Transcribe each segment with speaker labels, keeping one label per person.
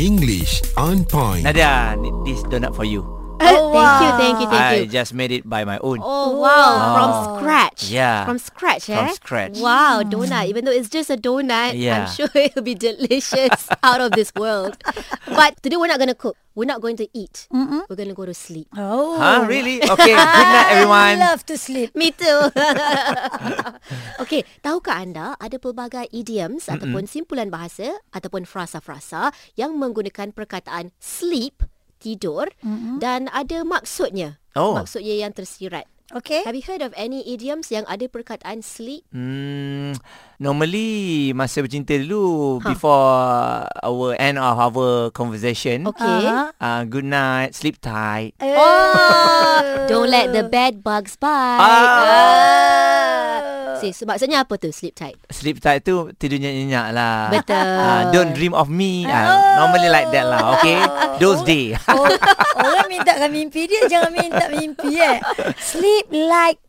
Speaker 1: English on point.
Speaker 2: Nadia, ni- this donut for you.
Speaker 3: thank you,
Speaker 4: Oh, wow.
Speaker 3: thank you, thank
Speaker 2: I
Speaker 3: you.
Speaker 2: just made it by my own.
Speaker 3: Oh wow, from
Speaker 2: Wow.
Speaker 3: scratch.
Speaker 2: Yeah.
Speaker 3: From scratch, eh?
Speaker 2: From scratch.
Speaker 3: Wow, donut. Even though it's just a donut,
Speaker 2: Yeah.
Speaker 3: I'm sure it'll be delicious out of this world. But today we're not gonna cook. We're not going to eat. We're gonna go to sleep.
Speaker 4: Oh.
Speaker 2: Huh? Really? Okay. Good night, everyone.
Speaker 4: I love to sleep.
Speaker 3: Me too. okay, tahukah anda ada pelbagai idioms mm-hmm. ataupun simpulan bahasa ataupun frasa-frasa yang menggunakan perkataan sleep, tidur mm-hmm. dan ada maksudnya.
Speaker 2: Oh.
Speaker 3: Maksudnya yang tersirat.
Speaker 4: Okay.
Speaker 3: Have you heard of any idioms yang ada perkataan sleep?
Speaker 2: Hmm, normally masa bercinta dulu before our end of our conversation.
Speaker 3: Okay.
Speaker 4: Uh-huh.
Speaker 2: Uh, good night, sleep tight.
Speaker 4: Eh,
Speaker 3: Oh, Don't let the bad bugs bite. Uh.
Speaker 2: Ah.
Speaker 4: Oh.
Speaker 3: Ah. See, so maksudnya apa tu sleep tight?
Speaker 2: Sleep tight tu tidur nyenyak-nyenyak lah.
Speaker 3: Betul. Oh.
Speaker 2: Uh, don't dream of me. Uh, normally like that lah, okay? Those day.
Speaker 4: Oh, orang minta kan mimpi dia jangan minta mimpi eh. Sleep like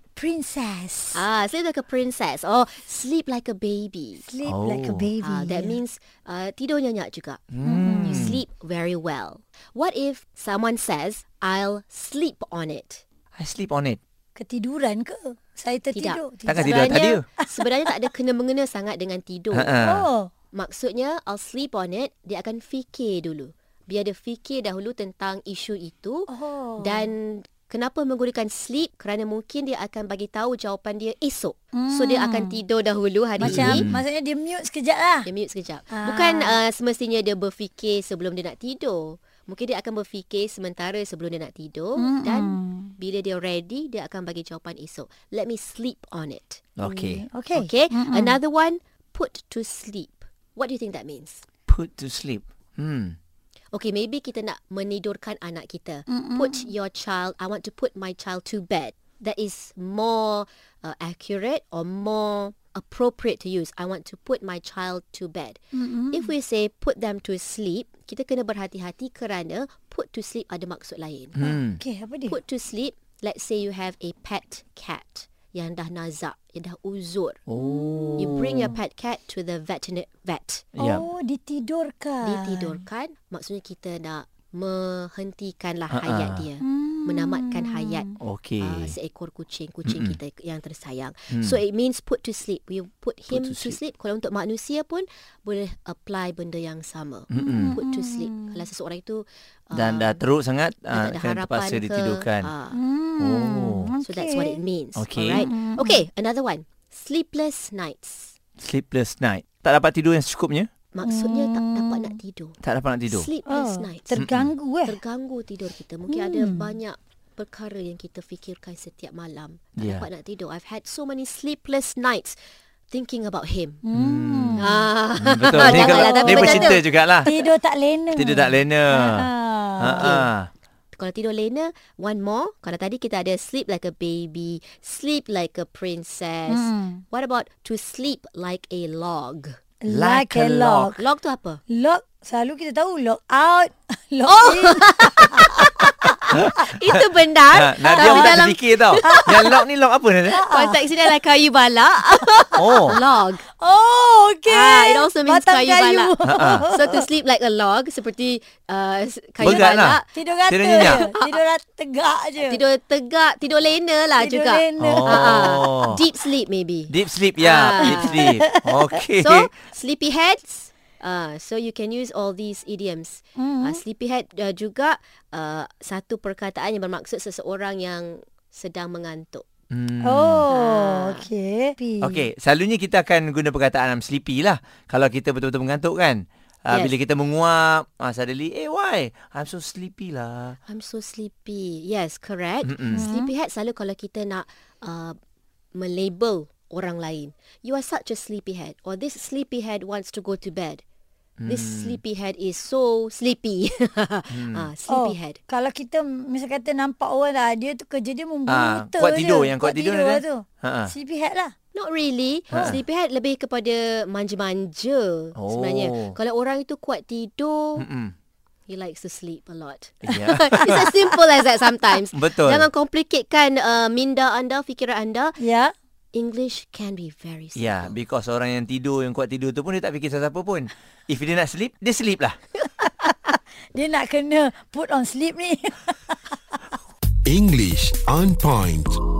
Speaker 4: princess.
Speaker 3: Ah, sleep like a princess or sleep like a baby.
Speaker 4: Sleep
Speaker 2: Oh.
Speaker 4: like a baby.
Speaker 3: Ah, that means uh, tidur nyenyak juga. You sleep very well. What if someone says, I'll sleep on it?
Speaker 2: I sleep on it.
Speaker 4: Ketiduran ke? Saya tertidur.
Speaker 2: Takkan tidur tadi.
Speaker 3: Sebenarnya, sebenarnya tak ada kena-mengena sangat dengan tidur.
Speaker 2: Uh-uh.
Speaker 4: Oh.
Speaker 3: Maksudnya, I'll sleep on it, dia akan fikir dulu. Biar dia fikir dahulu tentang isu itu
Speaker 4: Oh.
Speaker 3: dan kenapa menggunakan sleep kerana mungkin dia akan bagi tahu jawapan dia esok. So dia akan tidur dahulu hari
Speaker 4: Hmm. Macam
Speaker 3: ini.
Speaker 4: maksudnya dia mute sekejap lah.
Speaker 3: Dia mute sekejap. Bukan uh, semestinya dia berfikir sebelum dia nak tidur. Mungkin dia akan berfikir sementara sebelum dia nak tidur mm dan bila dia ready dia akan bagi jawapan esok. Let me sleep on it.
Speaker 2: Okay.
Speaker 4: Okay.
Speaker 3: Okay? Mm-mm. Another one put to sleep. What do you think that means?
Speaker 2: Put to sleep. Hmm.
Speaker 3: Okay, maybe kita nak menidurkan anak kita. Mm-mm. Put your child, I want to put my child to bed. That is more uh, accurate or more appropriate to use. I want to put my child to bed. Mm-mm. If we say put them to sleep, kita kena berhati-hati kerana put to sleep ada maksud lain.
Speaker 2: Hmm.
Speaker 4: Okay, apa dia?
Speaker 3: Put to sleep, let's say you have a pet cat yang dah nazak, yang dah uzur.
Speaker 2: Oh.
Speaker 3: You bring your pet cat to the veterinary vet.
Speaker 2: Yeah.
Speaker 4: Oh, ditidurkan.
Speaker 3: ditidurkan maksudnya kita nak menghentikanlah uh-uh. hayat dia menamatkan hayat
Speaker 2: Okay.
Speaker 3: uh, seekor kucing kucing kita yang tersayang so it means put to sleep we put him
Speaker 2: Hmm. to
Speaker 3: put to, sleep. kalau untuk manusia pun boleh apply benda yang sama mm put to sleep kalau seseorang itu uh,
Speaker 2: Dan dah teruk sangat ah,
Speaker 3: dah tak ada
Speaker 2: kena
Speaker 3: harapan
Speaker 2: terpaksa
Speaker 3: ke,
Speaker 2: ditidurkan.
Speaker 3: ah.
Speaker 4: Hmm.
Speaker 3: Hmm.
Speaker 2: Oh.
Speaker 3: so that's what it means
Speaker 2: Okay.
Speaker 3: alright okay another one sleepless nights
Speaker 2: Sleepless night. Tak dapat tidur yang secukupnya.
Speaker 3: maksudnya tak dapat nak tidur
Speaker 2: Tak dapat nak tidur.
Speaker 3: sleepless
Speaker 4: Oh,
Speaker 3: nights
Speaker 4: terganggu eh.
Speaker 3: terganggu tidur kita. Mungkin hmm. ada banyak perkara yang kita fikirkan setiap malam.
Speaker 2: Yeah.
Speaker 3: Tak yeah. dapat nak tidur. I've had so many sleepless nights thinking about him. Hmm. Ah.
Speaker 2: Hmm, Betul.
Speaker 3: Janganlah,
Speaker 2: Dia, kalau,
Speaker 3: tapi
Speaker 2: dia
Speaker 3: betul
Speaker 2: bercinta
Speaker 3: tu.
Speaker 2: jugalah.
Speaker 4: Tidur tak lena.
Speaker 2: Tidur tak lena. Ha ah.
Speaker 3: Kalau tidur lena, one more. Kalau tadi kita ada sleep like a baby, sleep like a princess. Hmm. What about to sleep like a log?
Speaker 4: Like a log.
Speaker 3: Log tu apa?
Speaker 4: Log selalu kita tahu log out, log oh. in.
Speaker 3: Itu
Speaker 2: Ha,
Speaker 3: benar.
Speaker 2: Nadia pun
Speaker 3: tapi
Speaker 2: tak
Speaker 3: Ah, dalam
Speaker 2: terfikir tau. Yang lock ni lock apa Nadia?
Speaker 3: konteks ini adalah kayu balak.
Speaker 2: Oh.
Speaker 3: log.
Speaker 4: Oh, okay.
Speaker 3: Ah, it also means
Speaker 4: Batang
Speaker 3: kayu, balak.
Speaker 2: Ha,
Speaker 3: so to sleep like a log seperti uh, s- kayu
Speaker 2: Berat lah.
Speaker 3: balak.
Speaker 4: Tidur rata
Speaker 2: Tidur
Speaker 4: tidur
Speaker 2: nyenyak.
Speaker 4: je. Tidur rata tegak je.
Speaker 3: Tidur tegak, tidur lena lah
Speaker 4: Ya. Tidur
Speaker 3: juga.
Speaker 4: lena.
Speaker 2: Oh.
Speaker 3: Ah, ah. Deep sleep maybe.
Speaker 2: Deep sleep ya, yeah.
Speaker 3: Ah.
Speaker 2: deep sleep. Okay.
Speaker 3: So sleepy heads. Uh, so you can use all these idioms.
Speaker 4: Mm-hmm.
Speaker 3: Uh, sleepyhead uh, juga uh, satu perkataan yang bermaksud seseorang yang sedang mengantuk.
Speaker 2: Hmm.
Speaker 3: Ah.
Speaker 4: Oh, okay.
Speaker 2: Okay, selalunya kita akan guna perkataan I'm sleepy lah Kalau kita betul-betul mengantuk kan uh,
Speaker 3: Yes.
Speaker 2: Bila kita menguap uh, Suddenly, eh why? I'm so sleepy lah
Speaker 3: I'm so sleepy. Yes, correct. Mm-mm. Sleepyhead selalu kalau kita nak uh, melabel orang lain. You are such a sleepyhead or this sleepyhead wants to go to bed. This
Speaker 2: Mm.
Speaker 3: sleepyhead is so sleepy. Ah, sleepyhead.
Speaker 4: Oh, kalau kita misal kata nampak orang lah, dia tu kerja dia memburu
Speaker 2: Ah,
Speaker 4: buta
Speaker 2: kuat
Speaker 4: je.
Speaker 2: tidur, yang kuat tidur
Speaker 4: lah
Speaker 2: dia.
Speaker 4: tu.
Speaker 2: Ha, ha.
Speaker 4: Sleepy head lah.
Speaker 3: Not really. Sleepyhead lebih kepada manja-manja
Speaker 2: Oh.
Speaker 3: sebenarnya. Kalau orang itu kuat tidur,
Speaker 2: Mm-mm.
Speaker 3: he likes to sleep a lot.
Speaker 2: Ya.
Speaker 3: It's as simple as that sometimes.
Speaker 2: Betul.
Speaker 3: Jangan complicatekan uh, minda anda, fikiran anda.
Speaker 4: Ya.
Speaker 3: English can be very simple.
Speaker 2: Ya, because orang yang tidur, yang kuat tidur tu pun dia tak fikir siapa-siapa pun. If dia nak sleep, dia sleep lah.
Speaker 4: Dia nak kena put on sleep ni.
Speaker 1: English on point.